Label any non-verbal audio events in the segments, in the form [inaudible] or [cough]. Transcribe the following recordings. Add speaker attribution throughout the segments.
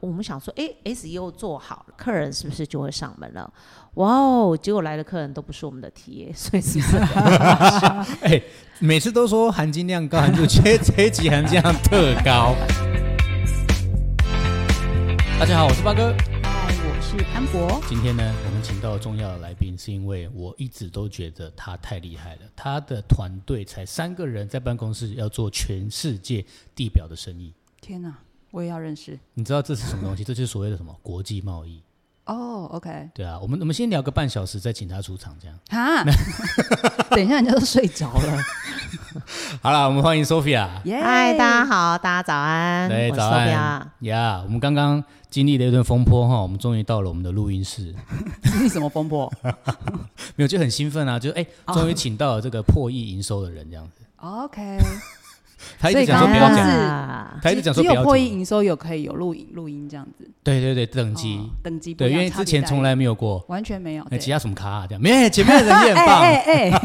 Speaker 1: 我们想说，哎，SEO 做好了，客人是不是就会上门了？哇哦，结果来的客人都不是我们的 TA，所以 [laughs] 是不是很搞笑
Speaker 2: [laughs] 哎、每次都说含金量高，含金这这一集含金量特高。 [laughs] 大家好，我是八哥。
Speaker 3: 嗨，哎我是潘博。
Speaker 2: 今天呢，我们请到重要的来宾，是因为我一直都觉得他太厉害了。他的团队才三个人，在办公室要做全世界地表的生意。
Speaker 3: 天哪，我也要认识
Speaker 2: 你知道这是什么 [laughs] 东西？这就是所谓的什么国际贸易，
Speaker 3: 哦。OK，
Speaker 2: 对啊。我们我们先聊个半小时，再请他出场，这样。
Speaker 3: [laughs] 哈，等一下人家都睡着了。
Speaker 2: 好了，我们欢迎 Sophia。
Speaker 3: [laughs] 耶
Speaker 1: 嗨，大家好，大家早安，
Speaker 2: 对，
Speaker 1: 我是
Speaker 2: 哎早
Speaker 1: Sophia
Speaker 2: 安呀我们刚刚经历了一顿风波哈，我们终于到了我们的录音室，
Speaker 3: 这是什么风波？
Speaker 2: [laughs] 没有就很兴奋啊，就哎，终于请到了这个破亿营收的人这样子。
Speaker 3: OK，
Speaker 2: 他一直 [laughs] 讲
Speaker 3: 所
Speaker 2: 说
Speaker 3: 以
Speaker 2: 不要
Speaker 3: 刚
Speaker 2: 讲，
Speaker 3: 刚
Speaker 1: 啊
Speaker 2: 他一直讲说
Speaker 3: 只
Speaker 2: 不
Speaker 3: 有
Speaker 2: 要
Speaker 3: 破译
Speaker 2: 讲。
Speaker 3: 营收有可以有录影录音这样子。
Speaker 2: 对对对，等级、
Speaker 3: 哦等级不
Speaker 2: 对，
Speaker 3: 一
Speaker 2: 因
Speaker 3: 样
Speaker 2: 为之前从
Speaker 3: 差
Speaker 2: 来没有过
Speaker 3: 别待遇。完全没有。
Speaker 2: 哎，
Speaker 3: 对
Speaker 2: 其他什么卡啊这样，没有前面的人也很 [laughs] 棒。
Speaker 3: 哎哎哎，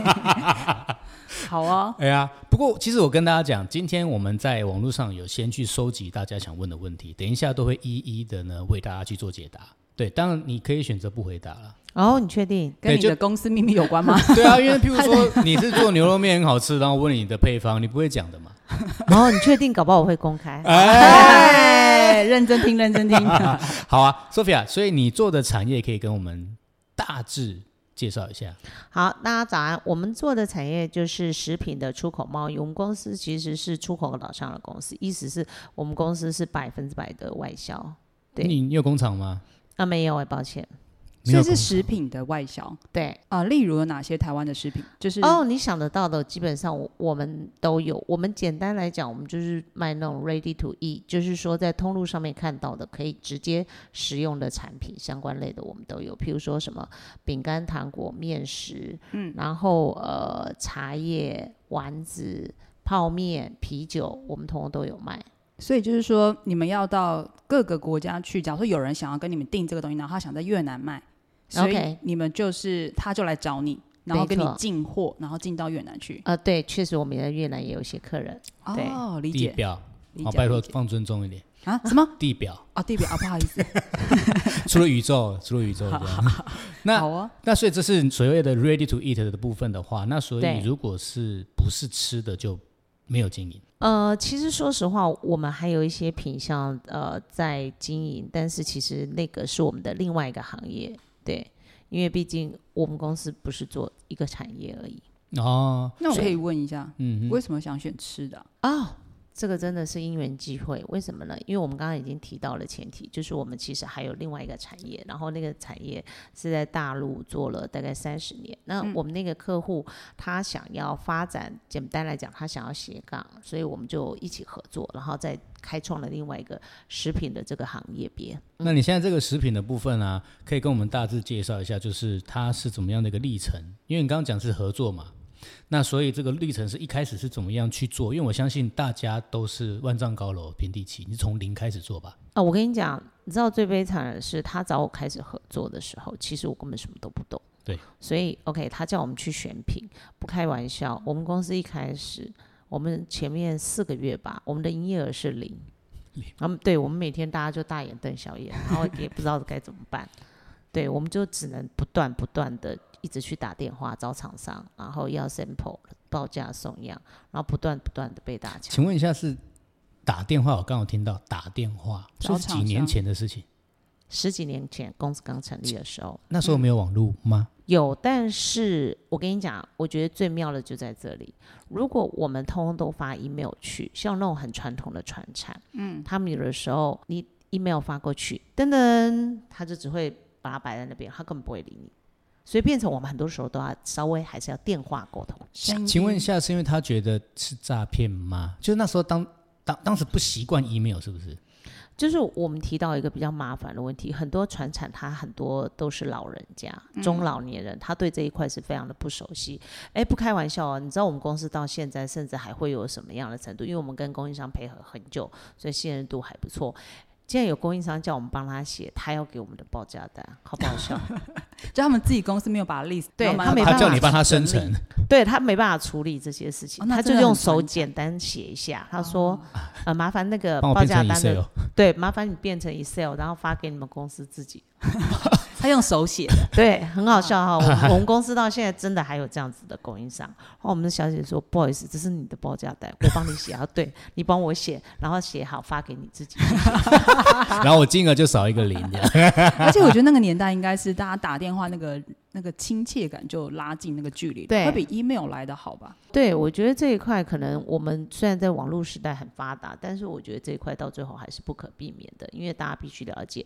Speaker 2: [laughs]
Speaker 3: 好哦，
Speaker 2: 哎呀，不过其实我跟大家讲，今天我们在网络上有先去收集大家想问的问题，等一下都会一一的呢为大家去做解答。对，当然你可以选择不回答了。
Speaker 1: 哦，你确定？
Speaker 3: 跟
Speaker 2: 对
Speaker 3: 你
Speaker 2: 就
Speaker 3: 的公司秘密有
Speaker 2: [laughs]
Speaker 3: 关吗？
Speaker 2: 对啊，因为譬如说你是做牛肉面很好吃，然后问你的配方，你不会讲的嘛。
Speaker 1: 哦，你确定？搞不好我会公
Speaker 2: [laughs]
Speaker 1: 开。
Speaker 3: 哎， [laughs] 认真听，认真听。
Speaker 2: 好啊，Sophia，所以你做的产业可以跟我们大致介绍一下。
Speaker 1: 好，大家早安。我们做的产业就是食品的出口贸易，我们公司其实是出口导向的公司，意思是我们公司是百分之百的外销。对
Speaker 2: 你你有工厂吗？
Speaker 1: 啊，没有哎、抱歉。
Speaker 2: 没
Speaker 3: 所
Speaker 2: 有
Speaker 3: 以
Speaker 2: 工
Speaker 3: 是
Speaker 2: 厂
Speaker 3: 食品的外销
Speaker 1: 对，
Speaker 3: 啊，例如有哪些台湾的食品？就是
Speaker 1: 哦，你想得到的，基本上我我们都有。我们简单来讲，我们就是卖那种 ready to eat，就是说在通路上面看到的可以直接食用的产品，相关类的我们都有。譬如说什么饼干、糖果、面食，嗯，然后呃茶叶、丸子、泡面、啤酒，我们通通都有卖。
Speaker 3: 所以就是说，你们要到各个国家去。假如说有人想要跟你们订这个东西，然后他想在越南卖，所
Speaker 1: OK
Speaker 3: 以你们就是他就来找你，然后
Speaker 1: 没
Speaker 3: 跟你
Speaker 1: 错
Speaker 3: 进货，然后进到越南去。
Speaker 1: 呃，对，确实我们在越南也有一些客人。对
Speaker 3: 哦，理
Speaker 2: 地
Speaker 3: 解
Speaker 2: 表，
Speaker 3: 理
Speaker 2: 好，
Speaker 3: 解。
Speaker 2: 拜托
Speaker 3: 理解
Speaker 2: 放尊重一点。
Speaker 3: 啊，什么？
Speaker 2: 地表，
Speaker 3: 哦， [laughs] 地表啊，不好意思，
Speaker 2: 除了宇宙， [laughs] 除了宇宙这样。那
Speaker 3: 好哦，
Speaker 2: 那所以这是所谓的 ready to eat 的部分的话，那所以
Speaker 1: 对
Speaker 2: 如果是不是吃的就没有经营。
Speaker 1: 呃，其实说实话，我们还有一些品项呃在经营，但是其实那个是我们的另外一个行业，对，因为毕竟我们公司不是做一个产业而已。
Speaker 2: 哦，
Speaker 3: 那我
Speaker 1: 所
Speaker 3: 可
Speaker 1: 以
Speaker 3: 以问一下，
Speaker 2: 嗯哼，
Speaker 3: 为什么想选吃的啊？
Speaker 1: 哦，这个真的是因缘际会，为什么呢？因为我们刚刚已经提到了前提，就是我们其实还有另外一个产业，然后那个产业是在大陆做了大概三十年。那我们那个客户他想要发展，简单来讲，他想要斜杠，所以我们就一起合作，然后再开创了另外一个食品的这个行业别。
Speaker 2: 那你现在这个食品的部分啊，可以跟我们大致介绍一下，就是它是怎么样的一个历程？因为你刚刚讲是合作嘛，那所以这个历程是一开始是怎么样去做？因为我相信大家都是万丈高楼平地起，你是从零开始做吧？
Speaker 1: 啊，我跟你讲，你知道最悲惨的是，他找我开始合作的时候，其实我根本什么都不懂。
Speaker 2: 对，
Speaker 1: 所以 OK，他叫我们去选品，不开玩笑，我们公司一开始，我们前面四个月吧，我们的营业额是零。然后对我们每天大家就大眼瞪小眼，然后也不知道该怎么办。对，我们就只能不断不断的一直去打电话找厂商，然后要 sample 报价送样，然后不断不断的被大家。
Speaker 2: 请问一下是打电话？我刚好听到打电话，
Speaker 3: 找
Speaker 2: 是
Speaker 3: 厂
Speaker 2: 几年
Speaker 3: 商
Speaker 2: 前的事情？
Speaker 1: 十几年前公司刚成立的时候，
Speaker 2: 那时候没有网络吗？
Speaker 1: 有，但是我跟你讲，我觉得最妙的就在这里。如果我们通通都发 email 去，像那种很传统的传产，嗯，他们有的时候你 email 发过去，噔噔，他就只会把它摆在那边，他根本不会理你。所以变成我们很多时候都要稍微还是要电话沟通。
Speaker 3: 声
Speaker 2: 请问一
Speaker 3: 音
Speaker 2: 下，是因为他觉得是诈骗吗？就是那时候当当当时不习惯 email 是不是？
Speaker 1: 就是我们提到一个比较麻烦的问题，很多传产他很多都是老人家、
Speaker 3: 嗯
Speaker 1: 中老年人，他对这一块是非常的不熟悉。哎，不开玩笑啊，你知道我们公司到现在甚至还会有什么样的程度？因为我们跟供应商配合很久，所以信任度还不错。既然有供应商叫我们帮他写，他要给我们的报价单，好不好
Speaker 3: [laughs]
Speaker 1: 笑？
Speaker 3: 就他们自己公司没有把 list，
Speaker 1: 对
Speaker 3: 然后
Speaker 1: 他没办法
Speaker 2: 他叫你帮他
Speaker 1: 整
Speaker 2: 生
Speaker 1: 理
Speaker 2: 成，
Speaker 1: 对他没办法处理这些事情，
Speaker 3: 哦那
Speaker 1: 他
Speaker 3: 真
Speaker 1: 就
Speaker 3: 的
Speaker 1: 用
Speaker 3: 很哦
Speaker 1: 手
Speaker 3: 传统
Speaker 1: 简单写一下。他说：“呃，麻烦那个
Speaker 2: 帮我
Speaker 1: 报
Speaker 2: 变
Speaker 1: 价
Speaker 2: 成
Speaker 1: 单的
Speaker 2: Excel。
Speaker 1: 对，麻烦你变成 Excel，然后发给你们公司自己。
Speaker 3: 他用手
Speaker 2: [laughs]
Speaker 3: 写，
Speaker 1: 对，很好笑哈、我们我们公司到现在真的还有这样子的供应商。然后我们的小姐说：“不好意思，这是你的报价单，我帮你写。”啊，对你帮我写，然后写好发给你自己。
Speaker 2: 然后我金额就少一个零这样
Speaker 3: 而且我觉得那个年代应该是大家打电话那个那个亲切感就拉近那个距离，
Speaker 1: 对
Speaker 3: 会比 email 来的好吧？
Speaker 1: 对，我觉得这一块可能我们虽然在网络时代很发达，但是我觉得这一块到最后还是不可避免的，因为大家必须了解，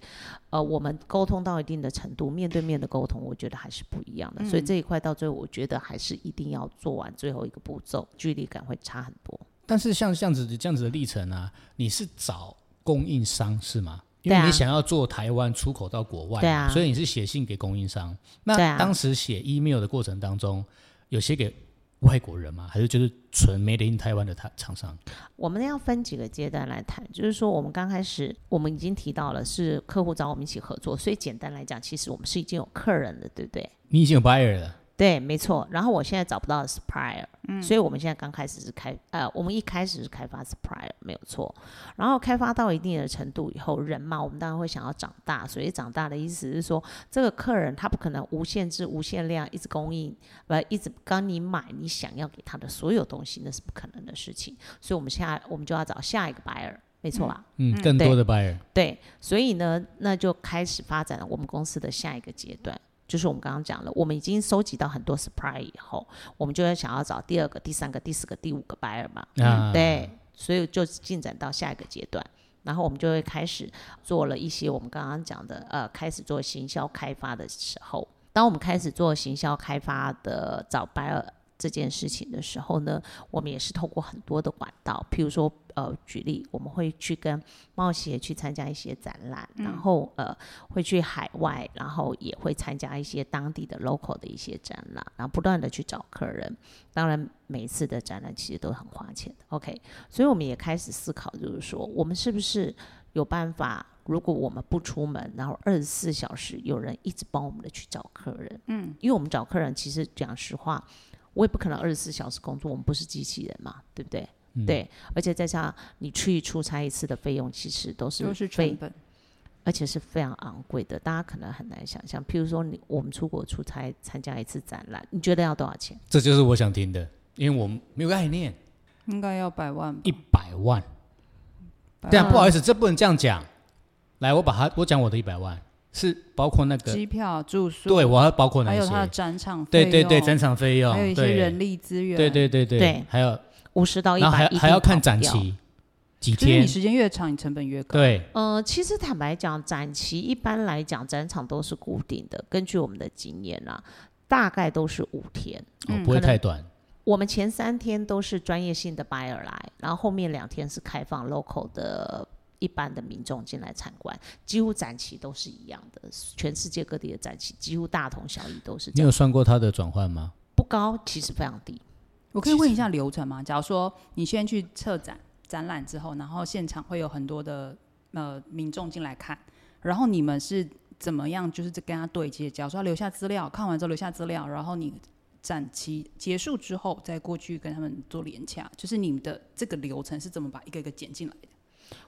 Speaker 1: 呃，我们沟通到一定的程度，面对面的沟通，我觉得还是不一样的。所以这一块到最后，我觉得还是一定要做完最后一个步骤，距离感会差很多。
Speaker 2: 但是像这样子这样子的历程啊，你是找供应商是吗？因
Speaker 1: 对
Speaker 2: 为
Speaker 1: 啊
Speaker 2: 你想要做台湾出口到国外嘛，
Speaker 1: 对啊
Speaker 2: 所以你是写信给供应商。
Speaker 1: 对
Speaker 2: 那
Speaker 1: 啊
Speaker 2: 当时写 email 的过程当中，有写给外国人吗？还是就是纯 Made in 台湾的台厂商？
Speaker 1: 我们要分几个阶段来谈，就是说我们刚开始我们已经提到了是客户找我们一起合作，所以简单来讲，其实我们是已经有客人的，对不对？
Speaker 2: 你已经有 buyer 了，
Speaker 1: 对，没错。然后我现在找不到 supplier，、所以我们现在刚开始是开呃，我们一开始是开发 supplier，没有错。然后开发到一定的程度以后，人嘛，我们当然会想要长大，所以长大的意思是说，这个客人他不可能无限制、无限量一直供应，呃，一直刚你买你想要给他的所有东西，那是不可能的事情。所以我们下我们就要找下一个 buyer，没错吧？
Speaker 2: 嗯，更多的 buyer，
Speaker 1: 对，所以呢，那就开始发展了我们公司的下一个阶段，就是我们刚刚讲了，我们已经收集到很多 supply 以后，我们就要想要找第二个、第三个、第四个、第五个 buyer 嘛，
Speaker 2: 啊
Speaker 1: 对，所以就进展到下一个阶段。然后我们就会开始做了一些我们刚刚讲的，呃，开始做行销开发的时候，当我们开始做行销开发的找 buyer 这件事情的时候呢，我们也是透过很多的管道，譬如说，呃，举例，我们会去跟冒险去参加一些展览，然后呃会去海外，然后也会参加一些当地的 local 的一些展览，然后不断的去找客人。当然，每一次的展览其实都很花钱的。OK，所以我们也开始思考，就是说我们是不是有办法，如果我们不出门，然后二十四小时有人一直帮我们的去找客人，嗯，因为我们找客人其实讲实话，我也不可能二十四小时工作，我们不是机器人嘛，对不对？对，而且再加上你去出差一次的费用，其实都是
Speaker 3: 就是
Speaker 1: 非
Speaker 3: 成本，
Speaker 1: 而且是非常昂贵的，大家可能很难想象。譬如说你，我们出国出差参加一次展览，你觉得要多少钱？
Speaker 2: 这就是我想听的，因为我没有概念，
Speaker 3: 应该要百万吧。
Speaker 2: 一百万。
Speaker 3: 百
Speaker 2: 对啊，
Speaker 1: 万
Speaker 2: 不好意思，这不能这样讲。来，我把它，我讲我的一百万是包括那个，
Speaker 3: 机票、住宿，
Speaker 2: 对我还包括那
Speaker 3: 还
Speaker 2: 一
Speaker 3: 有他的
Speaker 2: 些，
Speaker 3: 展场费
Speaker 2: 对
Speaker 3: 用，
Speaker 2: 对对，展场费用，
Speaker 3: 还有一些
Speaker 2: 对
Speaker 3: 人力资源，
Speaker 2: 对对对对
Speaker 1: 对
Speaker 2: 还有
Speaker 1: 五十到一
Speaker 2: 然后还
Speaker 1: 百，
Speaker 2: 还要看展。期几
Speaker 3: 就是你
Speaker 2: 天，
Speaker 3: 时间越长，你成本越高。
Speaker 2: 对，哦
Speaker 1: 呃，其实坦白讲，展期一般来讲，展场都是固定的，根据我们的经验啊，大概都是五天。
Speaker 2: 哦
Speaker 3: 嗯
Speaker 2: 不会
Speaker 1: 可能
Speaker 2: 太短，
Speaker 1: 我们前三天都是专业性的 buyer 来，然后后面两天是开放 local 的一般的民众进来参观，几乎展期都是一样的，全世界各地的展期几乎大同小异，都是这
Speaker 2: 你
Speaker 1: 样
Speaker 2: 有，算过它的转换吗？
Speaker 1: 不高，其实非常低。
Speaker 3: 我可以问一下流程吗？假如说你先去策展展览之后，然后现场会有很多的呃民众进来看，然后你们是怎么样就是跟他对接？假如说他留下资料，看完之后留下资料，然后你展期结束之后再过去跟他们做联洽，就是你们的这个流程是怎么把一个一个剪进来的？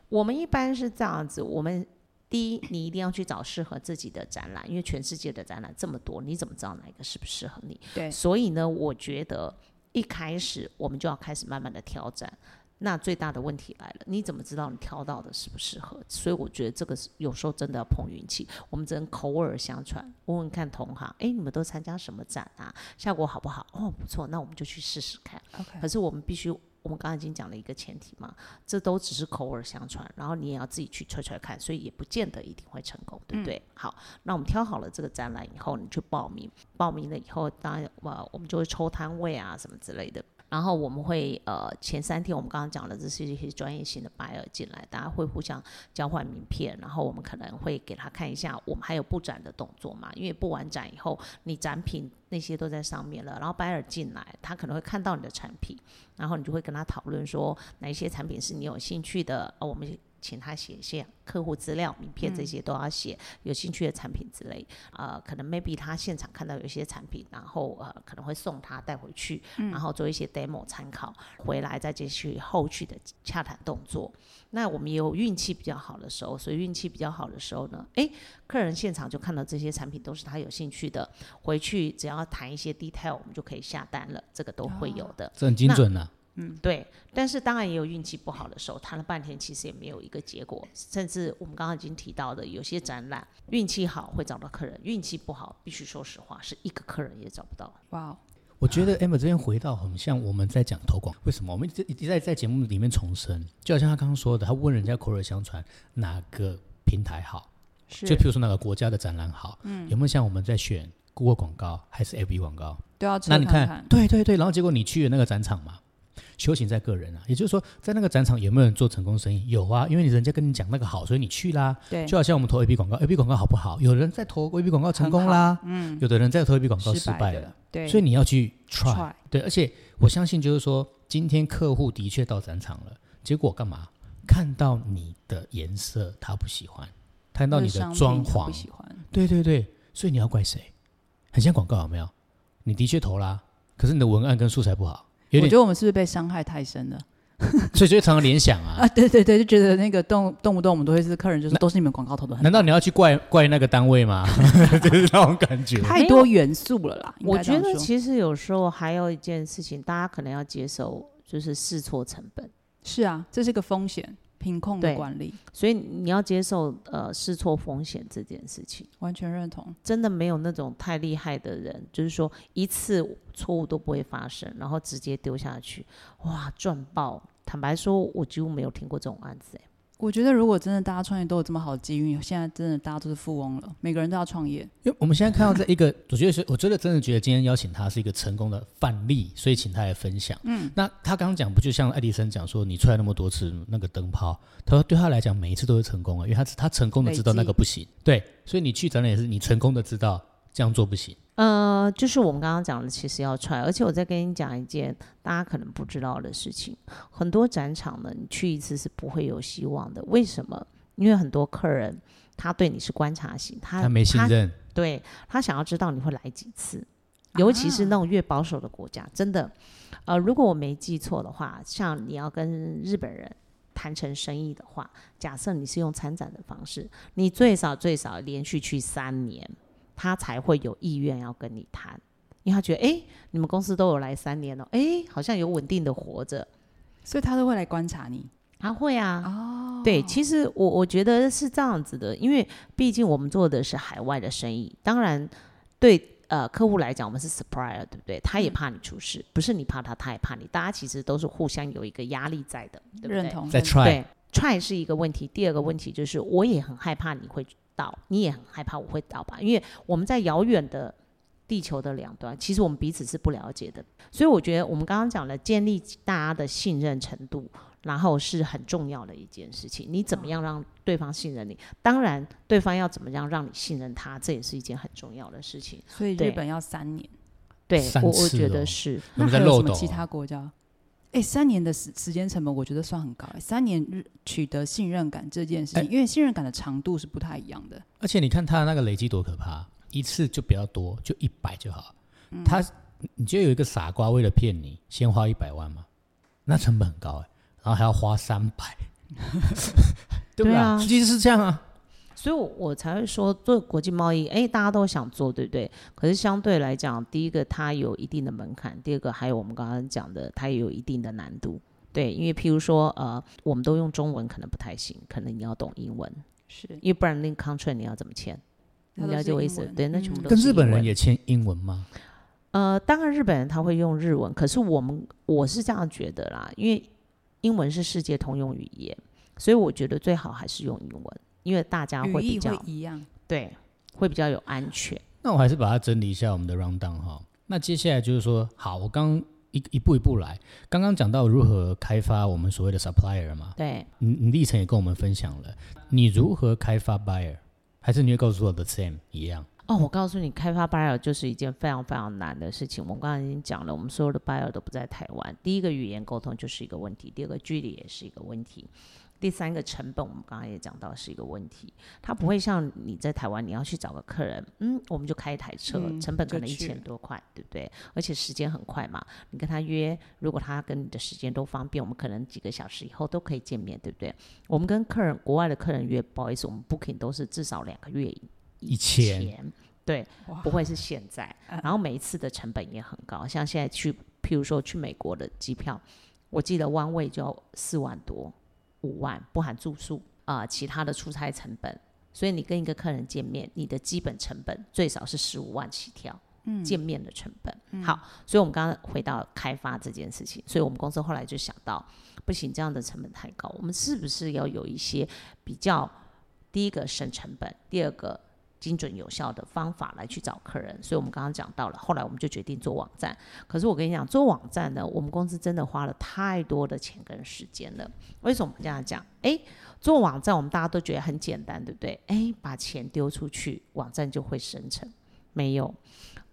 Speaker 1: 我们一般是这样子，我们第一，你一定要去找适合自己的展览，因为全世界的展览这么多，你怎么知道哪一个适不适合你？
Speaker 3: 对
Speaker 1: 所以呢，我觉得一开始我们就要开始慢慢的挑战。那最大的问题来了，你怎么知道你挑到的适不适合？所以我觉得这个是有时候真的要碰运气，我们只能口耳相传，问问看同行，哎诶，你们都参加什么展啊？效果好不好？哦，不错，那我们就去试试看。
Speaker 3: ，OK，
Speaker 1: 可是我们必须，我们刚才已经讲了一个前提嘛，这都只是口耳相传，然后你也要自己去揣揣看，所以也不见得一定会成功，对不对？好，那我们挑好了这个展览以后，你去报名，报名了以后，当然呃，我们就会抽摊位啊什么之类的。然后我们会呃，前三天我们刚刚讲了，这是一些专业性的 buyer 进来，大家会互相交换名片，然后我们可能会给他看一下，我们还有布展的动作嘛，因为布完展以后，你展品那些都在上面了，然后 buyer 进来，他可能会看到你的产品，然后你就会跟他讨论说哪一些产品是你有兴趣的，呃我们。请他写一些客户资料、名片这些都要写，有兴趣的产品之类。呃，可能 maybe 他现场看到有一些产品，然后呃可能会送他带回去，然后做一些 demo 参考，回来再继续后续的洽谈动作。那我们也有运气比较好的时候，所以运气比较好的时候呢，诶，客人现场就看到这些产品都是他有兴趣的，回去只要谈一些 detail，我们就可以下单了，这个都会有的。
Speaker 2: 这很精准啊呐、
Speaker 1: 对，但是当然也有运气不好的时候，谈了半天其实也没有一个结果，甚至我们刚刚已经提到的，有些展览运气好会找到客人，运气不好，必须说实话是一个客人也找不到。
Speaker 3: 哇哦，
Speaker 2: 我觉得 Amber 这边回到很像我们在讲投广，为什么我们一直一直在在节目里面重申？就好像他刚刚说的，他问人家口耳相传哪个平台好，
Speaker 3: 是嗯
Speaker 2: 就譬如说哪个国家的展览好，有没有像我们在选 Google 广告还是 FB 广告？
Speaker 3: 都要吃
Speaker 2: 那你
Speaker 3: 看
Speaker 2: 看，，对对对，然后结果你去了那个展场嘛，修行在个人啊，也就是说，在那个展场有没有人做成功生意？有啊，因为人家跟你讲那个好，所以你去啦。
Speaker 3: 对，
Speaker 2: 就好像我们投 A B 广告，A B 广告好不好？有人在投 A B 广告成功啦，嗯，有的人在投 A B 广告失败了
Speaker 3: 的，，对，
Speaker 2: 所以你要去 try，,
Speaker 3: try
Speaker 2: 对，而且我相信就是说，今天客户的确到展场了，结果干嘛？看到你的颜色他不喜欢，看到你的
Speaker 3: 商品
Speaker 2: 装
Speaker 3: 他
Speaker 2: 潢
Speaker 3: 不，喜欢，
Speaker 2: 对对对，所以你要怪谁？很像广告有没有？你的确投啦，可是你的文案跟素材不好，有
Speaker 3: 我
Speaker 2: 点
Speaker 3: 觉，得我们是不是被伤害太深了
Speaker 2: 所以就会常常联想啊。
Speaker 3: 啊？对对对，就觉得那个动动不动我们都会是客人，就是都是你们广告投的很
Speaker 2: 难道你要去怪怪那个单位 [laughs] 吗？就是那种感觉。
Speaker 3: 太多元素了啦。应
Speaker 1: 我
Speaker 3: 该这
Speaker 1: 觉
Speaker 3: 样
Speaker 1: 得
Speaker 3: 说
Speaker 1: 其实有时候还有一件事情，大家可能要接受，就是试错成本。
Speaker 3: 是啊，这是个风险，品控的
Speaker 1: 对
Speaker 3: 管理
Speaker 1: 所以你要接受呃试错风险这件事情，
Speaker 3: 完全认同。
Speaker 1: 真的没有那种太厉害的人，就是说一次错误都不会发生，然后直接丢下去，哇赚爆！坦白说，我几乎没有听过这种案子、欸。
Speaker 3: 我觉得如果真的大家创业都有这么好的机遇，现在真的大家都是富翁了，每个人都要创业。
Speaker 2: 因为我们现在看到这一个，我觉得是，我真的真的觉得今天邀请他是一个成功的范例，所以请他来分享。嗯，那他刚刚讲不就像爱迪生讲说，你踹那么多次那个灯泡，他说对他来讲每一次都是成功啊，因为他他成功的知道那个不行，对，所以你去展览也是你成功的知道这样做不行，
Speaker 1: 呃，就是我们刚刚讲的，其实要 try，而且我再跟你讲一件大家可能不知道的事情，很多展场呢，你去一次是不会有希望的。为什么？因为很多客人他对你是观察型，他
Speaker 2: 他没信任，
Speaker 1: 对他想要知道你会来几次，尤其是那种越保守的国家，真的，呃，如果我没记错的话，像你要跟日本人谈成生意的话，假设你是用参展的方式，你最少最少连续去三年，他才会有意愿要跟你谈，因为他觉得，诶，你们公司都有来三年了，诶，好像有稳定的活着，
Speaker 3: 所以他都会来观察你
Speaker 1: 他会啊，
Speaker 3: 哦
Speaker 1: 对，其实我我觉得是这样子的，因为毕竟我们做的是海外的生意，当然对呃客户来讲，我们是 supplier，对不对？他
Speaker 3: 嗯
Speaker 1: 也怕你出事，不是你怕他，他也怕你，大家其实都是互相有一个压力在的，对不对？
Speaker 3: 认同
Speaker 2: 在
Speaker 3: 认
Speaker 2: try，
Speaker 1: 对踹是一个问题，第二个问题就是我也很害怕你会到，你也很害怕我会到吧？因为我们在遥远的地球的两端，其实我们彼此是不了解的，所以我觉得我们刚刚讲了，建立大家的信任程度，然后是很重要的一件事情。你怎么样让对方信任你？当然，对方要怎么样让你信任他，这也是一件很重要的事情。
Speaker 3: 所以日
Speaker 1: 对
Speaker 3: 本要三年，
Speaker 1: 对
Speaker 2: 三
Speaker 1: 我，我
Speaker 2: 次
Speaker 1: 觉
Speaker 2: 哦
Speaker 1: 得是。
Speaker 2: 我
Speaker 3: 那
Speaker 2: 们在
Speaker 3: 还有
Speaker 2: 漏
Speaker 3: 什么
Speaker 2: 斗
Speaker 3: 其
Speaker 2: 啊
Speaker 3: 他国家？哎，三年的时时间成本，我觉得算很高。哎，三年日取得信任感这件事情，
Speaker 2: 哎
Speaker 3: 因为信任感的长度是不太一样的。
Speaker 2: 而且你看他那个累积多可怕，一次就不要多，就一百就好。
Speaker 3: 嗯
Speaker 2: 他，你觉得有一个傻瓜为了骗你，先花一百万吗？那成本很高哎、然后还要花三百， [laughs] 对不
Speaker 1: 对啊
Speaker 2: 其实是这样啊。
Speaker 1: 所以我，我才会说做国际贸易，哎，大家都想做，对不对？可是相对来讲，第一个它有一定的门槛，第二个还有我们刚刚讲的，它也有一定的难度。对，因为譬如说，呃，我们都用中文可能不太行，可能你要懂英文，
Speaker 3: 是，
Speaker 1: 因为不然那个 contract 你要怎么签？
Speaker 3: 它
Speaker 1: 你
Speaker 3: 都
Speaker 1: 了
Speaker 3: 是
Speaker 1: 解我意
Speaker 3: 英
Speaker 1: 思？
Speaker 3: 文
Speaker 1: 对，那全部
Speaker 3: 嗯
Speaker 1: 都
Speaker 2: 跟
Speaker 1: 是
Speaker 2: 日本
Speaker 1: 英
Speaker 2: 人
Speaker 1: 文
Speaker 2: 也签英文吗？
Speaker 1: 呃，当然日本人他会用日文，可是我们我是这样觉得啦，因为英文是世界通用语言，所以我觉得最好还是用英文，因为大家会
Speaker 3: 语
Speaker 1: 比
Speaker 3: 义
Speaker 1: 较
Speaker 3: 会一样。
Speaker 1: 对，会比较有安全。
Speaker 2: 那我还是把它整理一下我们的 round down 哈。那接下来就是说，好，我刚一一步一步来，刚刚讲到如何开发我们所谓的 supplier 嘛，
Speaker 1: 对，
Speaker 2: 你你历程也跟我们分享了，你如何开发 buyer，还是你会告诉我的 same 一样？
Speaker 1: 哦，我告诉你，开发 buyer 就是一件非常非常难的事情。我们刚才已经讲了，我们所有的 buyer 都不在台湾。第一个语言沟通就是一个问题，第二个距离也是一个问题。第三个成本，我们刚刚也讲到是一个问题，它不会像你在台湾，你要去找个客人，嗯，我们就开一台车，
Speaker 3: 嗯
Speaker 1: 成本
Speaker 3: 就
Speaker 1: 可能一
Speaker 3: 去
Speaker 1: 千多块，对不对？而且时间很快嘛，你跟他约，如果他跟你的时间都方便，我们可能几个小时以后都可以见面，对不对？我们跟客人国外的客人约，不好意思，我们 booking 都是至少两个月以
Speaker 2: 以前
Speaker 1: 对
Speaker 3: 哇，
Speaker 1: 不会是现在。然后每一次的成本也很高，像现在去，譬如说去美国的机票，我记得弯位就要四万多、五万，不含住宿啊、其他的出差成本。所以你跟一个客人见面，你的基本成本最少是十五万起跳，嗯，见面的成本。好，所以我们刚刚回到开发这件事情，所以我们公司后来就想到，不行，这样的成本太高，我们是不是要有一些比较，第一个省成本，第二个精准有效的方法来去找客人。所以我们刚刚讲到了，后来我们就决定做网站。可是我跟你讲，做网站呢，我们公司真的花了太多的钱跟时间了。为什么这样讲？诶，做网站我们大家都觉得很简单，对不对？诶，把钱丢出去，网站就会生成。没有，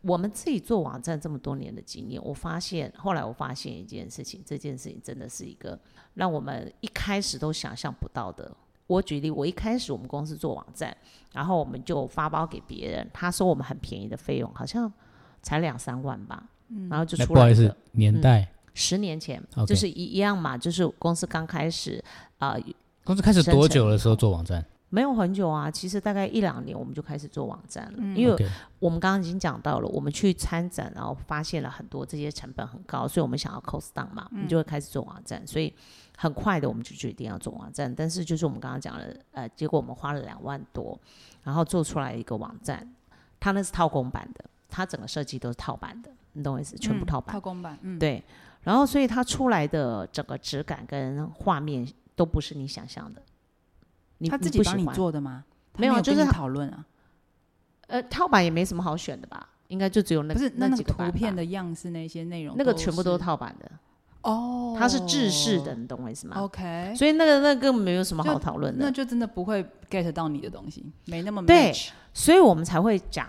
Speaker 1: 我们自己做网站这么多年的经验，我发现后来我发现一件事情，这件事情真的是一个让我们一开始都想象不到的。我举例，我一开始我们公司做网站，然后我们就发包给别人，他收我们很便宜的费用，好像才两三万吧，然后就
Speaker 2: 那
Speaker 1: 出
Speaker 2: 不好
Speaker 1: 来
Speaker 2: 意
Speaker 1: 了
Speaker 2: 思。，
Speaker 1: 嗯
Speaker 2: 年代
Speaker 1: 十年前
Speaker 2: OK
Speaker 1: 就是一一样嘛，就是公司刚开始啊、呃
Speaker 2: 公司开始
Speaker 1: 生
Speaker 2: 多
Speaker 1: 成
Speaker 2: 久的时候做网站
Speaker 1: 没有很久啊，其实大概一两年我们就开始做网站了，
Speaker 3: 嗯
Speaker 1: 因为
Speaker 2: ？OK，
Speaker 1: 我们刚刚已经讲到了，我们去参展，然后发现了很多这些成本很高，所以我们想要 cost down 嘛，
Speaker 3: 嗯
Speaker 1: 我们就会开始做网站，所以很快的我们就决定要做网站，但是就是我们刚刚讲了，呃，结果我们花了两万多，然后做出来一个网站，它那是套工版的，它整个设计都是套版的，你懂我意思？全部
Speaker 3: 嗯
Speaker 1: 套版
Speaker 3: 套。公版，嗯，
Speaker 1: 对，然后所以它出来的整个质感跟画面都不是你想象的。你
Speaker 3: 他自己
Speaker 1: 不
Speaker 3: 帮
Speaker 1: 喜
Speaker 3: 你
Speaker 1: 欢，
Speaker 3: 做的吗？他
Speaker 1: 没有啊
Speaker 3: 跟
Speaker 1: 就是
Speaker 3: 你
Speaker 1: 他
Speaker 3: 讨论啊，
Speaker 1: 呃，套版也没什么好选的吧？应该就只有那
Speaker 3: 不是那
Speaker 1: 那
Speaker 3: 那
Speaker 1: 几
Speaker 3: 个图
Speaker 1: 版
Speaker 3: 片
Speaker 1: 吧
Speaker 3: 的样式那些内容，
Speaker 1: 那个全部都
Speaker 3: 是
Speaker 1: 是套版的，
Speaker 3: 哦，
Speaker 1: 它是制式的，你懂我意思吗？
Speaker 3: ，OK，
Speaker 1: 所以那个那个根本没有什么
Speaker 3: 就
Speaker 1: 好讨论
Speaker 3: 那
Speaker 1: 的，
Speaker 3: 就真的不会 get 到你的东西，没那么
Speaker 1: 对
Speaker 3: match
Speaker 1: 所以我们才会讲，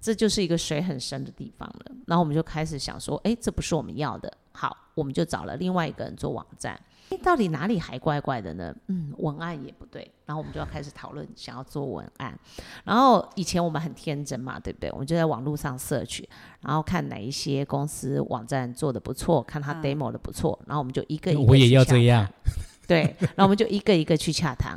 Speaker 1: 这就是一个水很深的地方了。然后我们就开始想说，哎，这不是我们要的，好，我们就找了另外一个人做网站。诶到底哪里还怪怪的呢？嗯，文案也不对，然后我们就要开始讨论想要做文案。然后以前我们很天真嘛，对不对？我们就在网络上 search，然后看哪一些公司网站做的不错，看他
Speaker 3: 嗯
Speaker 1: demo 的不错，然后我们就一个一个
Speaker 2: 我也
Speaker 1: 去
Speaker 2: 要
Speaker 1: 洽
Speaker 2: 这样，
Speaker 1: [laughs] 对，然后我们就一个一个去洽谈。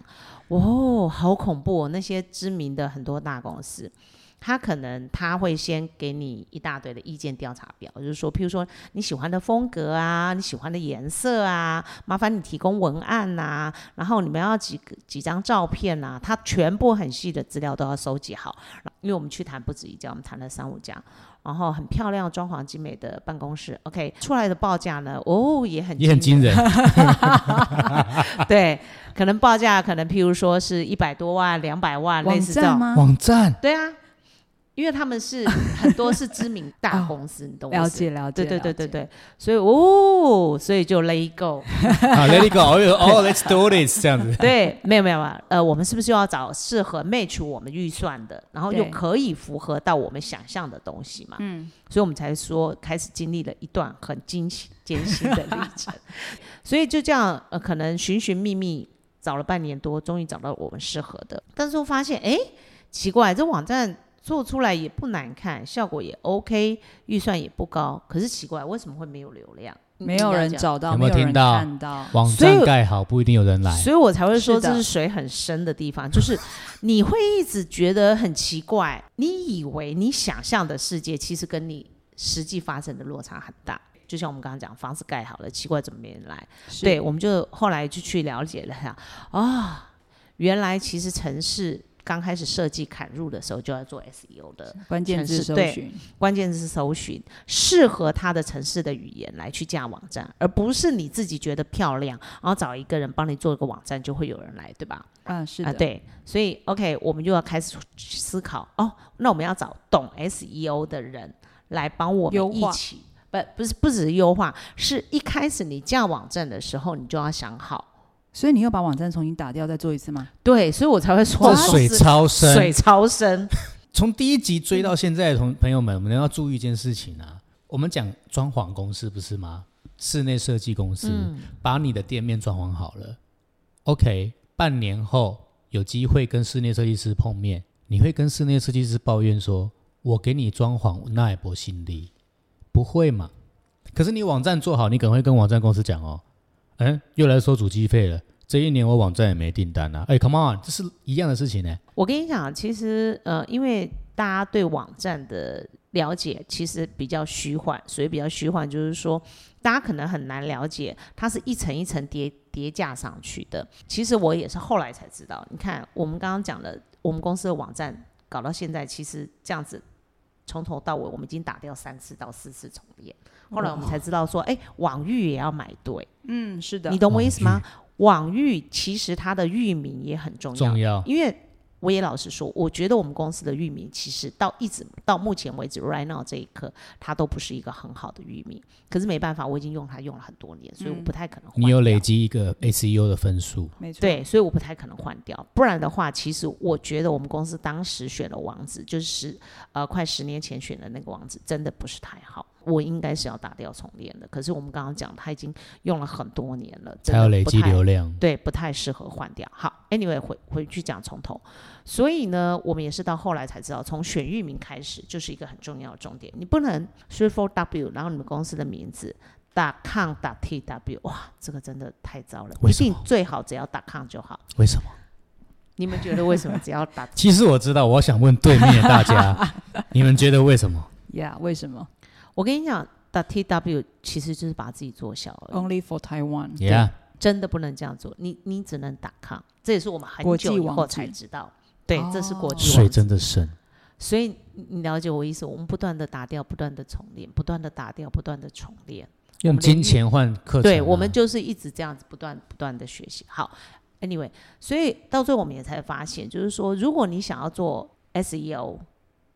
Speaker 1: 哦，好恐怖、哦！那些知名的很多大公司，他可能他会先给你一大堆的意见调查表，就是说，譬如说你喜欢的风格啊，你喜欢的颜色啊，麻烦你提供文案呐、然后你们要几个几张照片呐、他全部很细的资料都要收集好。因为我们去谈不止一家，我们谈了三五家，然后很漂亮、装潢精美的办公室，OK，出来的报价呢，哦，也很
Speaker 2: 也很惊人。
Speaker 1: 对，可能报价可能譬如说是一百多万、两百万，啊类
Speaker 3: 网
Speaker 1: 似这种
Speaker 3: 站。吗？
Speaker 1: [laughs]
Speaker 2: 网站
Speaker 1: 对啊，因为他们
Speaker 3: [laughs]
Speaker 1: 是很多是知名大公司，你懂我意思
Speaker 3: 哦了解。了解，
Speaker 1: 对对对
Speaker 3: 了
Speaker 1: 对
Speaker 3: 解，
Speaker 1: 对，所以哦，所以就 let it
Speaker 3: [laughs]
Speaker 1: go。
Speaker 2: 啊，Let it go，哦哟哦，Let's do this，这样子。
Speaker 1: 对，没有没有啊，呃，我们是不是又要找适合 match 我们预算的，然后又
Speaker 3: 对
Speaker 1: 可以符合到我们想象的东西嘛？
Speaker 3: 嗯，
Speaker 1: 所以我们才说开始经历了一段很惊喜艰辛的历程。 [laughs] 所以就这样，呃，可能寻寻觅觅找了半年多，终于找到我们适合的。但是我发现，哎，奇怪，这网站做出来也不难看，效果也 OK，预算也不高，可是奇怪，为什么会没有流量？
Speaker 3: 没有人
Speaker 1: 你了解吗
Speaker 3: 找到，
Speaker 2: 有没
Speaker 3: 没
Speaker 2: 有听
Speaker 3: 人
Speaker 2: 到
Speaker 3: 看到，
Speaker 2: 网
Speaker 1: 所以
Speaker 2: 站盖好不一定有人来，
Speaker 1: 所以我才会说
Speaker 3: 是的
Speaker 1: 这是水很深的地方， [laughs] 就是你会一直觉得很奇怪，你以为你想象的世界，其实跟你实际发生的落差很大。就像我们刚刚讲，房子盖好了，奇怪怎么没人来？
Speaker 3: 是
Speaker 1: 对，我们就后来就去了解了一下，啊、原来其实城市刚开始设计砍入的时候就要做 SEO 的
Speaker 3: 关键字
Speaker 1: 城市
Speaker 3: 搜
Speaker 1: 对
Speaker 3: 寻，
Speaker 1: 关键是搜寻适合他的城市的语言来去架网站，而不是你自己觉得漂亮，然后找一个人帮你做一个网站就会有人来，对吧？
Speaker 3: 嗯，是
Speaker 1: 啊，
Speaker 3: 的，
Speaker 1: 对，所以 OK，我们就要开始思考哦，那我们要找懂 SEO 的人来帮我
Speaker 3: 优
Speaker 1: 们一
Speaker 3: 化
Speaker 1: 起，不不是不只是优化，是一开始你架网站的时候，你就要想好。
Speaker 3: 所以你又把网站重新打掉，再做一次吗？
Speaker 1: 对，所以我才会说
Speaker 2: 这水
Speaker 1: 公司
Speaker 2: 超深
Speaker 1: 水。超深，
Speaker 2: 从第一集追到现在的同朋友们，我们要注意一件事情啊，我们讲装潢公司不是吗？室内设计公司、把你的店面装潢好了， OK，半年后有机会跟室内设计师碰面，你会跟室内设计师抱怨说：“我给你装潢，那也不心力，不会嘛？”可是你网站做好，你可能会跟网站公司讲哦，嗯，又来收主机费了，这一年我网站也没订单啊。哎，Come on，这是一样的事情呢、
Speaker 1: 我跟你讲，其实呃，因为大家对网站的了解其实比较虚幻，所以比较虚幻，就是说大家可能很难了解它是一层一层叠叠架上去的。其实我也是后来才知道，你看我们刚刚讲的，我们公司的网站搞到现在，其实这样子。从头到尾，我们已经打掉三次到四次重练。后来我们才知道说，哎、网域也要买对，
Speaker 3: 嗯，是的
Speaker 1: 你，懂我意思吗？网域其实它的域名也很重要，
Speaker 2: 重要。
Speaker 1: 因为我也老实说，我觉得我们公司的域名其实到一直到目前为止，right now 这一刻，它都不是一个很好的域名。可是没办法，我已经用它用了很多年，所以我不太可能换、
Speaker 2: 嗯你有累？积一个 SEO 的分数，
Speaker 3: 没错，
Speaker 1: 对，所以我不太可能换掉。不然的话，其实我觉得我们公司当时选的网址，就是十呃快十年前选的那个网址，真的不是太好。我应该是要打掉重练的。可是我们刚刚讲，它已经用了很多年了，真
Speaker 2: 才
Speaker 1: 的
Speaker 2: 有累
Speaker 1: 不
Speaker 2: 积
Speaker 1: 太
Speaker 2: 流量。
Speaker 1: 对，不太适合换掉。好，anyway，回回去讲从头。所以呢，我们也是到后来才知道，从选域名开始就是一个很重要的重点。你不能 s h for W，然后你们公司的名字打 com 打 tw，哇，这个真的太糟了。
Speaker 2: 为
Speaker 1: 一
Speaker 2: 什
Speaker 1: 定
Speaker 2: 么
Speaker 1: 最好只要打 com 就好。
Speaker 2: 为什么？
Speaker 1: 你们觉得为什么只要打？
Speaker 2: 其实我知道，我想问对面的大家，你们觉得为什么？
Speaker 3: 呀为什么
Speaker 1: [laughs] 我跟你讲，打 tw 其实就是把自己做小
Speaker 2: 哦
Speaker 1: 而已，
Speaker 3: ？Only for Taiwan，
Speaker 2: Yeah，
Speaker 1: 真的不能这样做。你你只能打 com，这也是我们很
Speaker 3: 国际
Speaker 1: 久以
Speaker 3: 网
Speaker 1: 后
Speaker 3: 址
Speaker 1: 才知道。对，这是国
Speaker 3: 哦
Speaker 1: 际
Speaker 2: 水
Speaker 1: 网址。
Speaker 2: 真的深。
Speaker 1: 所以你你了解我意思，我们不断的打掉，不断的重练，不断的打掉，不断的重练。
Speaker 2: 用金钱换课程啊、
Speaker 1: 对，我们就是一直这样子不断不断的学习。好，anyway，所以到最后我们也才发现，就是说，如果你想要做 SEO，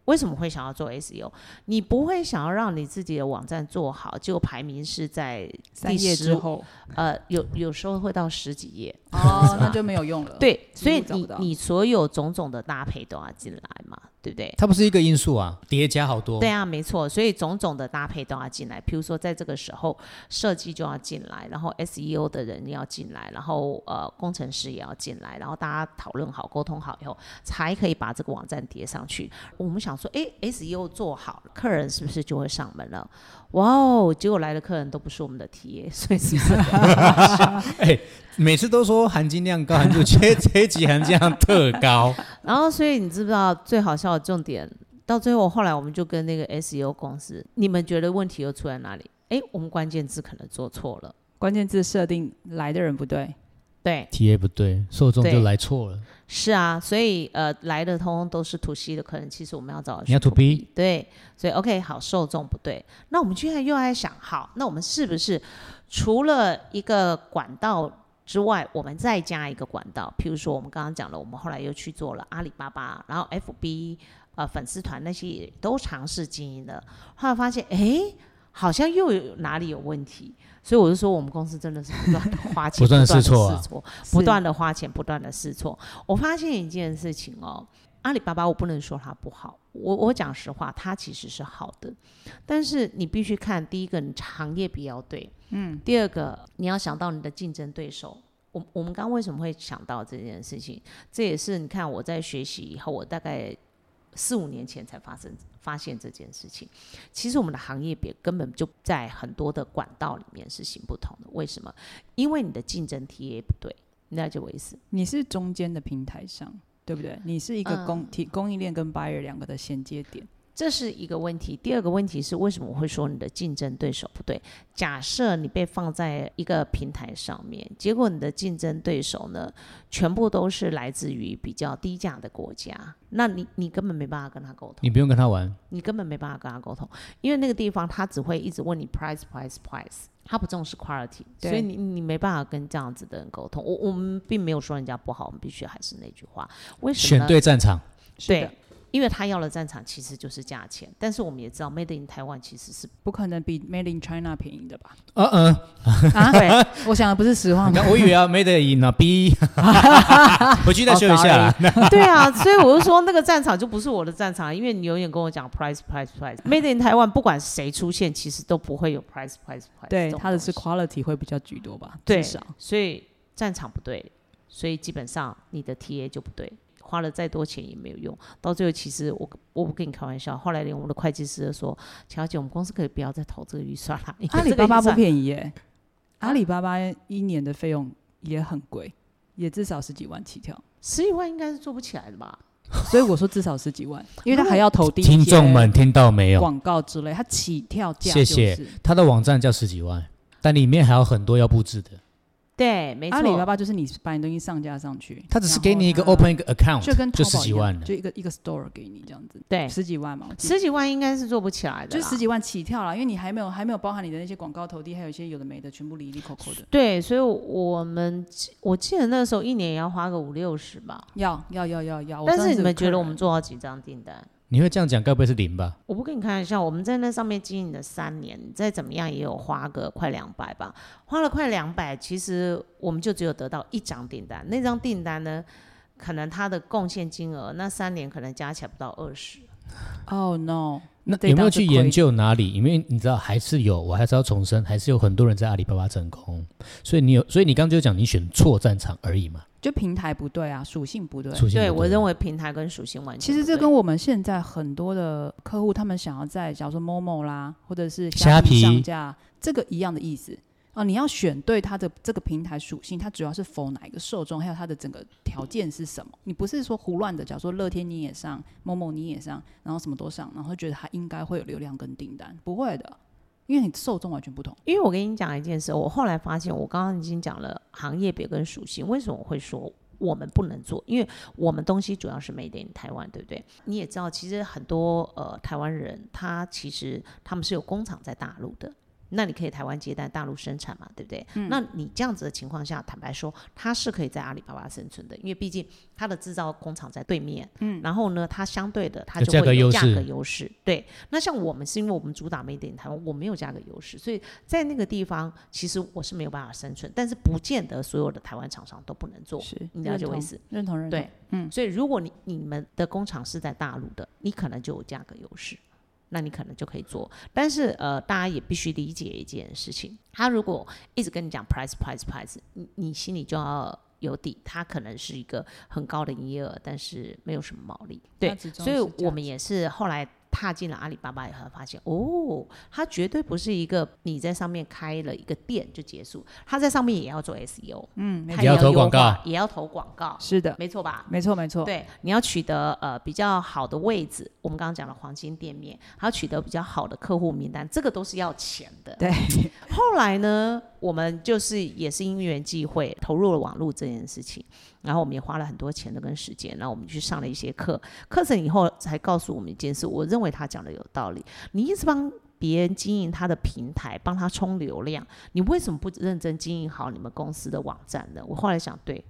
Speaker 1: 为什么会想要做 SEO？你不会想要让你自己的网站做好，结果排名是在
Speaker 3: 三
Speaker 1: 第
Speaker 3: 页
Speaker 1: 十
Speaker 3: 之
Speaker 1: 五， [laughs]
Speaker 3: 后，
Speaker 1: 呃，有有时候会到十几页。
Speaker 3: 哦，那就没有用了。，
Speaker 1: 啊 [laughs] 对，所以
Speaker 3: 几乎找不
Speaker 1: 你
Speaker 3: 到
Speaker 1: 你所有种种的搭配都要进来嘛，对不对？
Speaker 2: 它不是一个因素啊，叠加好多。
Speaker 1: 对啊，没错，所以种种的搭配都要进来。譬如说，在这个时候，设计就要进来，然后 SEO 的人要进来，然后呃，工程师也要进来，然后大家讨论好、沟通好以后，才可以把这个网站叠上去。我们想说，哎，SEO 做好了，客人是不是就会上门了？哇哦，结果来的客人都不是我们的 TA，所以是不是很
Speaker 2: 哎、每次都说含金量
Speaker 1: [laughs]
Speaker 2: 高，含金这这一集含金量特高。
Speaker 1: 然后，所以你知不知道最好笑的重点？到最后，后来我们就跟那个 SEO 公司，你们觉得问题又出在哪里？哎，我们关键字可能做错了。
Speaker 3: 关键字设定来的人不对，
Speaker 1: 对，
Speaker 2: TA 不对，受众就
Speaker 1: 对
Speaker 2: 来错了。
Speaker 1: 是啊，所以呃，来的通通都是 to C 的客人，其实我们要找的是
Speaker 2: 你要 to B
Speaker 1: 对，所以 OK 好，受众不对，那我们现在又在想，好，那我们是不是除了一个管道之外，我们再加一个管道？譬如说我们刚刚讲了，我们后来又去做了阿里巴巴，然后 FB 呃粉丝团那些也都尝试经营了，后来发现诶，好像又有哪里有问题，所以我就说我们公司真的是不断的花
Speaker 2: [laughs]
Speaker 1: 钱，
Speaker 2: 不断地
Speaker 1: 地
Speaker 2: 试错啊
Speaker 1: 试错，不断的花钱，不断的试错。我发现一件事情哦，阿里巴巴我不能说它不好，我我讲实话，它其实是好的，但是你必须看第一个，你行业比较对，嗯，第二个你要想到你的竞争对手。我我们刚刚为什么会想到这件事情？这也是你看我在学习以后，我大概四五年前才发生发现这件事情。其实我们的行业别根本就在很多的管道里面是行不通的。为什么？因为你的竞争 TA 不对，你了解我意思？
Speaker 3: 你是中间的平台上，对不对？你是一
Speaker 1: 嗯
Speaker 3: 个供提供应链跟 buyer 两个的衔接点。
Speaker 1: 这是一个问题。第二个问题是，为什么我会说你的竞争对手不对？假设你被放在一个平台上面，结果你的竞争对手呢，全部都是来自于比较低价的国家，那你你根本没办法跟他沟通。
Speaker 2: 你不用跟他玩，
Speaker 1: 你根本没办法跟他沟通，因为那个地方他只会一直问你 price price price，他不重视 quality，
Speaker 3: 对
Speaker 1: 所以你你没办法跟这样子的人沟通。我我们并没有说人家不好，我们必须还是那句话，为什么
Speaker 2: 选
Speaker 1: 呢？
Speaker 2: 对战场。
Speaker 3: 是
Speaker 1: 对
Speaker 3: 的，，
Speaker 1: 因为他要的战场其实就是价钱，但是我们也知道 Made in 台湾其实
Speaker 3: [laughs]
Speaker 1: 是
Speaker 3: 不可能比 Made in China 便宜的
Speaker 1: [laughs]
Speaker 3: 吧？
Speaker 2: 嗯嗯，
Speaker 1: 哦
Speaker 3: 啊， [laughs] 我想的不是实话
Speaker 2: 你
Speaker 3: 吗？
Speaker 2: 看我以为要 made in
Speaker 1: [laughs]
Speaker 2: a B，回
Speaker 1: 哦
Speaker 2: 去再修一下啦。
Speaker 1: 对啊，所以我就说那个战场就不是我的战场，因为你永远跟我讲 price price price。Made in 台湾不管谁出现，其实都不会有 price price price 这种
Speaker 3: 对，
Speaker 1: 东西。
Speaker 3: 它的是 quality 会比较居多吧？
Speaker 1: 对
Speaker 3: 至少
Speaker 1: 所以战场不对，所以基本上你的 TA 就不对，花了再多钱也没有用。到最后，其实我我不跟你开玩笑，后来连我们的会计师都说：“乔姐，我们公司可以不要再投这个预算了，因为
Speaker 3: 阿里
Speaker 1: 这个
Speaker 3: 巴
Speaker 1: 预
Speaker 3: 巴不
Speaker 1: 算
Speaker 3: 便宜耶、阿里巴巴一年的费用也很贵，也至少十几万起跳。
Speaker 1: 十几万应该是做不起来的吧？
Speaker 3: 所以我说至少十几 [laughs] 万，因为他还要投递一些
Speaker 2: 听众们听到没有？
Speaker 3: 广告之类，它起跳价
Speaker 2: 谢
Speaker 3: 就是
Speaker 2: 谢他的网站叫十几万，但里面还有很多要布置的。
Speaker 1: 对，没错。
Speaker 3: 阿里巴巴就是你把你东西上架上去，
Speaker 2: 他只是给你一个
Speaker 3: 然后它
Speaker 2: open 一个 account，
Speaker 3: 就跟淘
Speaker 2: 就
Speaker 3: 宝
Speaker 2: 十几
Speaker 3: 一样
Speaker 2: 万了。
Speaker 3: 就一个一个 store 给你这样子，
Speaker 1: 对
Speaker 3: 十几万嘛，我记得
Speaker 1: 十几万应该是做不起来的
Speaker 3: 就
Speaker 1: 啦，
Speaker 3: 十几万起跳啦，因为你还没有还没有包含你的那些广告投递，还有一些有的没的，全部里里扣扣的，
Speaker 1: 对，所以我们我记得那时候一年也要花个五六十吧。
Speaker 3: 要要要要要。我
Speaker 1: 但
Speaker 3: 上
Speaker 1: 是
Speaker 3: 次
Speaker 1: 你们
Speaker 3: 有
Speaker 1: 觉得
Speaker 3: 客
Speaker 1: 我们
Speaker 3: 人
Speaker 1: 做到几张订单？
Speaker 2: 你会这样讲，该不会是零吧？
Speaker 1: 我不跟你开玩笑，我们在那上面经营了三年，再怎么样也有花个快两百吧，花了快两百，其实我们就只有得到一张订单，那张订单呢，可能它的贡献金额那三年可能加起来不到二十。
Speaker 3: Oh no！
Speaker 2: 那
Speaker 3: 对
Speaker 2: 有没有
Speaker 3: 当时
Speaker 2: 去
Speaker 3: 亏
Speaker 2: 研究哪里？因为你知道，还是有，我还是要重申，还是有很多人在阿里巴巴成功。所以你有，所以你刚刚就讲你选错战场而已嘛，
Speaker 3: 就平台不对啊，属性不对。
Speaker 2: 初心
Speaker 1: 对
Speaker 2: 不
Speaker 1: 我认为平台跟属性完全
Speaker 3: 其实
Speaker 1: 不
Speaker 3: 这
Speaker 1: 对
Speaker 3: 跟我们现在很多的客户，他们想要在假如说 Momo 啦，或者是
Speaker 2: 虾皮
Speaker 3: 上架，这个一样的意思啊、你要选对它的这个平台属性，它主要是否哪一个受众，还有它的整个条件是什么。你不是说胡乱的，假如说乐天你也上，Momo 你也上，然后什么都上，然后觉得它应该会有流量跟订单，不会的，因为你受众完全不同。
Speaker 1: 因为我跟你讲一件事，我后来发现，我刚刚已经讲了行业别跟属性，为什么我会说我们不能做？因为我们东西主要是 made in 台湾，对不对？你也知道，其实很多呃台湾人，他其实他们是有工厂在大陆的。那你可以台湾接单，大陆生产嘛，对不对？那你这样子的情况下，坦白说，他是可以在阿里巴巴生存的，因为毕竟他的制造工厂在对面，嗯，然后呢，它相对的它
Speaker 2: 有
Speaker 1: 就
Speaker 2: 价格
Speaker 1: 会有
Speaker 2: 优
Speaker 1: 价
Speaker 2: 势
Speaker 1: 格优势，对。那像我们是因为我们主打 made in 台湾，我没有价格优势，所以在那个地方，其实我是没有办法生存，但是不见得所有的台湾厂商都不能做。
Speaker 3: 是，
Speaker 1: 你了解
Speaker 3: 认
Speaker 1: 我意
Speaker 3: 同
Speaker 1: 思？
Speaker 3: 认同认同。
Speaker 1: 对，所以如果你你们的工厂是在大陆的，你可能就有价格优势，那你可能就可以做。但是呃，大家也必须理解一件事情，他如果一直跟你讲 price price price，你你心里就要。有底，他可能是一个很高的营业额，但是没有什么毛利。对
Speaker 3: 那，始终
Speaker 1: 所以
Speaker 3: 是价
Speaker 1: 我们也是后来踏进了阿里巴巴以后，发现哦，它绝对不是一个你在上面开了一个店就结束，它在上面也要做 SEO，
Speaker 3: 嗯，没
Speaker 1: 它
Speaker 2: 也要
Speaker 1: 要
Speaker 2: 投
Speaker 1: 优
Speaker 2: 广
Speaker 1: 化
Speaker 2: 告
Speaker 1: 也要投广告，
Speaker 3: 是的，
Speaker 1: 没错吧？
Speaker 3: 没错没错。
Speaker 1: 对，你要取得呃比较好的位置，我们刚刚讲的黄金店面，还要取得比较好的客户名单，这个都是要钱的。
Speaker 3: 对，
Speaker 1: 后来呢，我们就是也是因缘际会投入了网络这件事情，然后我们也花了很多钱的跟时间，然后我们去上了一些课，课程以后才告诉我们一件事，我认为他讲的有道理，你一直帮。别人经营他的平台，帮他冲流量，你为什么不认真经营好你们公司的网站呢？我后来想，对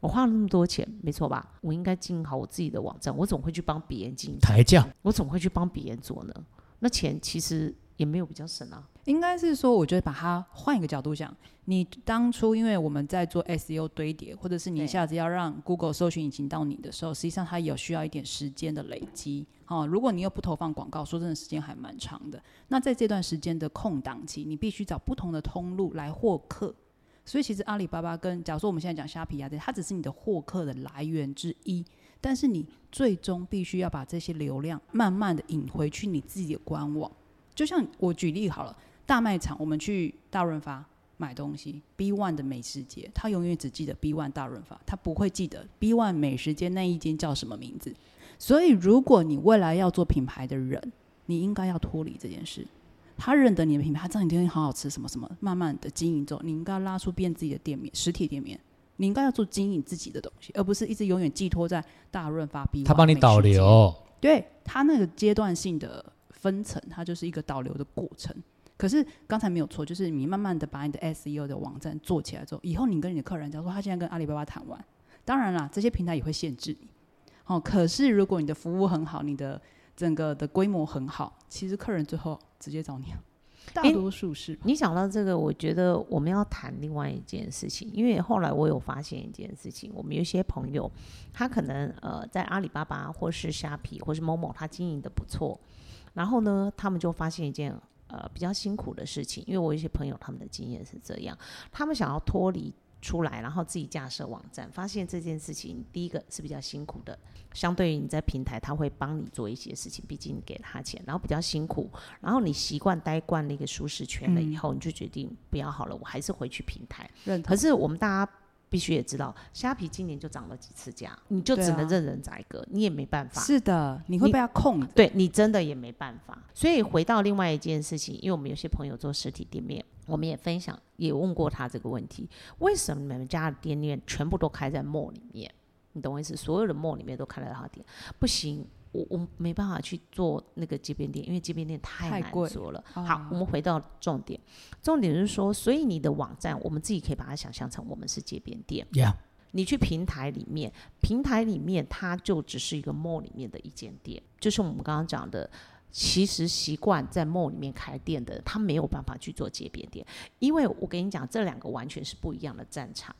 Speaker 1: 我花了那么多钱，没错吧？我应该经营好我自己的网站，我总会去帮别人经营，
Speaker 2: 抬价，
Speaker 1: 我总会去帮别人做呢。那钱其实也没有比较省啊。
Speaker 3: 应该是说，我觉得把它换一个角度想，你当初因为我们在做 SEO 堆叠，或者是你
Speaker 1: 对
Speaker 3: 一下子要让 Google 搜寻引擎到你的时候，实际上它有需要一点时间的累积。哦，如果你又不投放广告，说真的，时间还蛮长的。那在这段时间的空档期，你必须找不同的通路来获客。所以其实阿里巴巴跟假如说我们现在讲虾皮啊，这些它只是你的获客的来源之一，但是你最终必须要把这些流量慢慢的引回去你自己的官网。就像我举例好了。大卖场，我们去大润发买东西，B One 的美食街，他永远只记得 B One 大润发，他不会记得 B One 美食街那一间叫什么名字。所以，如果你未来要做品牌的人，你应该要脱离这件事。他认得你的品牌，他知道你的东西好好吃，什么什么，慢慢的经营之后，你应该拉出变自己的店面，实体店面，你应该要做经营自己的东西，而不是一直永远寄托在大润发 B。
Speaker 2: 他帮你导流，啊
Speaker 3: 对它那个阶段性的分层，它就是一个导流的过程。可是刚才没有错，就是你慢慢的把你的 SEO 的网站做起来之后，以后你跟你的客人讲说，他现在跟阿里巴巴谈完，当然啦，这些平台也会限制你。哦，可是如果你的服务很好，你的整个的规模很好，其实客人最后直接找你啊，大
Speaker 1: 诶
Speaker 3: 多数是。
Speaker 1: 你讲到这个，我觉得我们要谈另外一件事情，因为后来我有发现一件事情，我们有一些朋友，他可能呃在阿里巴巴或是虾皮或是某某，他经营的不错，然后呢，他们就发现一件呃比较辛苦的事情，因为我有一些朋友他们的经验是这样，他们想要脱离出来，然后自己架设网站，发现这件事情，第一个是比较辛苦的，相对于你在平台，他会帮你做一些事情，毕竟你给他钱，然后比较辛苦，然后你习惯待惯那个舒适圈
Speaker 3: 嗯
Speaker 1: 了以后，你就决定不要好了，我还是回去平台。
Speaker 3: 认同
Speaker 1: 可是我们大家必须也知道，虾皮今年就涨了几次价，你就
Speaker 3: 对
Speaker 1: 只
Speaker 3: 啊
Speaker 1: 能任人宰割，你也没办法。
Speaker 3: 是的，你会
Speaker 1: 你
Speaker 3: 被他控的，
Speaker 1: 对你真的也没办法。所以回到另外一件事情，因为我们有些朋友做实体店面，我们也分享也问过他这个问题：为什么你们家的店面全部都开在 mall 里面？你懂我意思？所有的 mall 里面都开了他的店，不行。我我没办法去做那个街边店，因为街边店
Speaker 3: 太
Speaker 1: 太难
Speaker 3: 贵
Speaker 1: 做了。
Speaker 3: 啊
Speaker 1: 好，我们回到重点，重点是说，所以你的网站，我们自己可以把它想象成我们是街边店。
Speaker 2: 呀，
Speaker 1: 你去平台里面，平台里面它就只是一个 mall 里面的一间店，就是我们刚刚讲的。其实习惯在 mall 里面开店的，他没有办法去做街边店，因为我跟你讲，这两个完全是不一样的战场，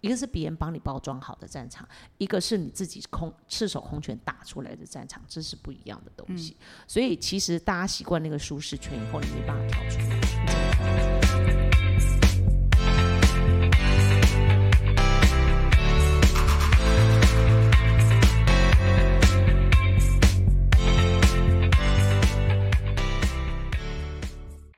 Speaker 1: 一个是别人帮你包装好的战场，一个是你自己空赤手空拳打出来的战场，这是不一样的东西。所以其实大家习惯那个舒适圈以后，你没办法跳出来。